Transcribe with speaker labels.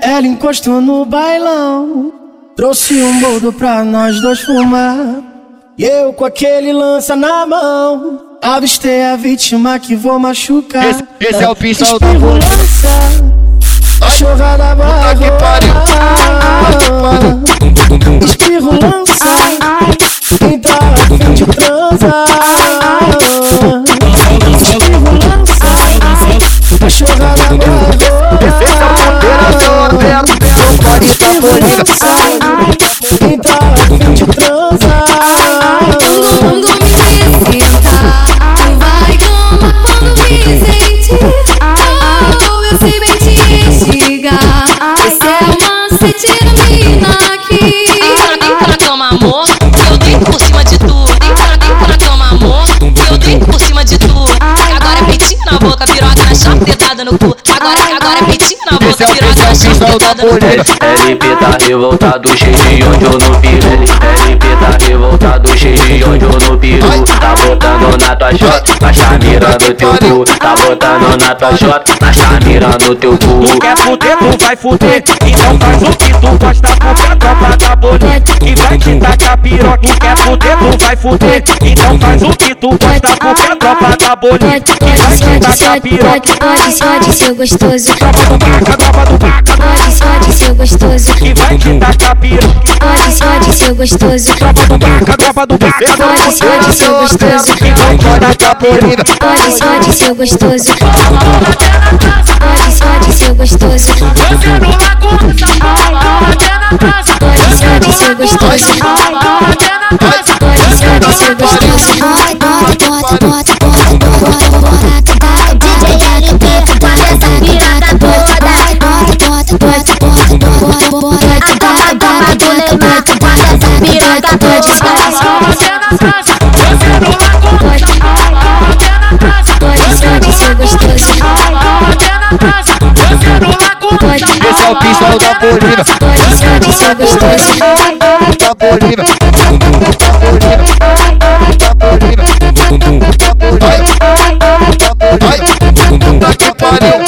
Speaker 1: ela encostou no bailão. Trouxe um boldo pra nós dois fumar. E eu com aquele lança na mão. Avistei a vítima que vou machucar.
Speaker 2: Esse- esse é o pessoal do-
Speaker 1: Espirro lança. Chorrada vai
Speaker 2: que pariu.
Speaker 1: rolar. Espirro lança. Quem tá afim de transar. Espirro lança. Chorrada vai rolar. Espirro lança. Quem tá afim de transar.
Speaker 3: Quando quando me excitar, tu vai gama quando me sentir. Oh, eu sei bem te instigar. Esse é o macete da mina aqui.
Speaker 4: Encara, encara teu é um amor, eu deito por cima de tu. Encara, encara teu é um amor, eu deito por cima de tu. Agora é peitinho na boca, piroca na chapa, dedada no cu. Agora, agora é peitinho na boca, piroca na
Speaker 2: é
Speaker 4: chapa, dedada no cu.
Speaker 5: LP tá revoltado, cheio de ódio no piru. LP tá revoltado, cheio de ódio no piru. Tá botando na tua jota, mas tá mirando teu cu. Tá botando na tua jota, mas tá mirando teu cu.
Speaker 6: Quer fuder, tu vai fuder Então faz o que tu gosta Porque a tropa da bonita Que vai te tacar piroca Quer fuder, tu vai fuder Então faz o que tu gosta Porque a tropa da bonita Que vai te tacar piroca
Speaker 7: Pode, pode, seu gostoso.
Speaker 6: Tropa do paca, tropa do paca
Speaker 7: Pode, pode, seu gostoso.
Speaker 6: Que vai te tacar piroca
Speaker 7: Pode, pode, seu gostoso.
Speaker 6: Tropa do paca, tropa do Então paca
Speaker 2: é
Speaker 7: Pode, pode, seu gostoso.
Speaker 6: Que vai te tacar piroca
Speaker 7: Pode, pode, seu gostoso. Pode, pode, seu gostoso. Pode, pode, seu gostoso. Pode, pode, seu gostoso. Pode, pode, seu gostoso. Pode,
Speaker 2: Esse é o pessoal da Bolívia.
Speaker 7: pode, pode, seu gostoso.
Speaker 2: Da Bolívia. Da Bolívia. Da Bolívia. Ai. Ai. Puta que pariu.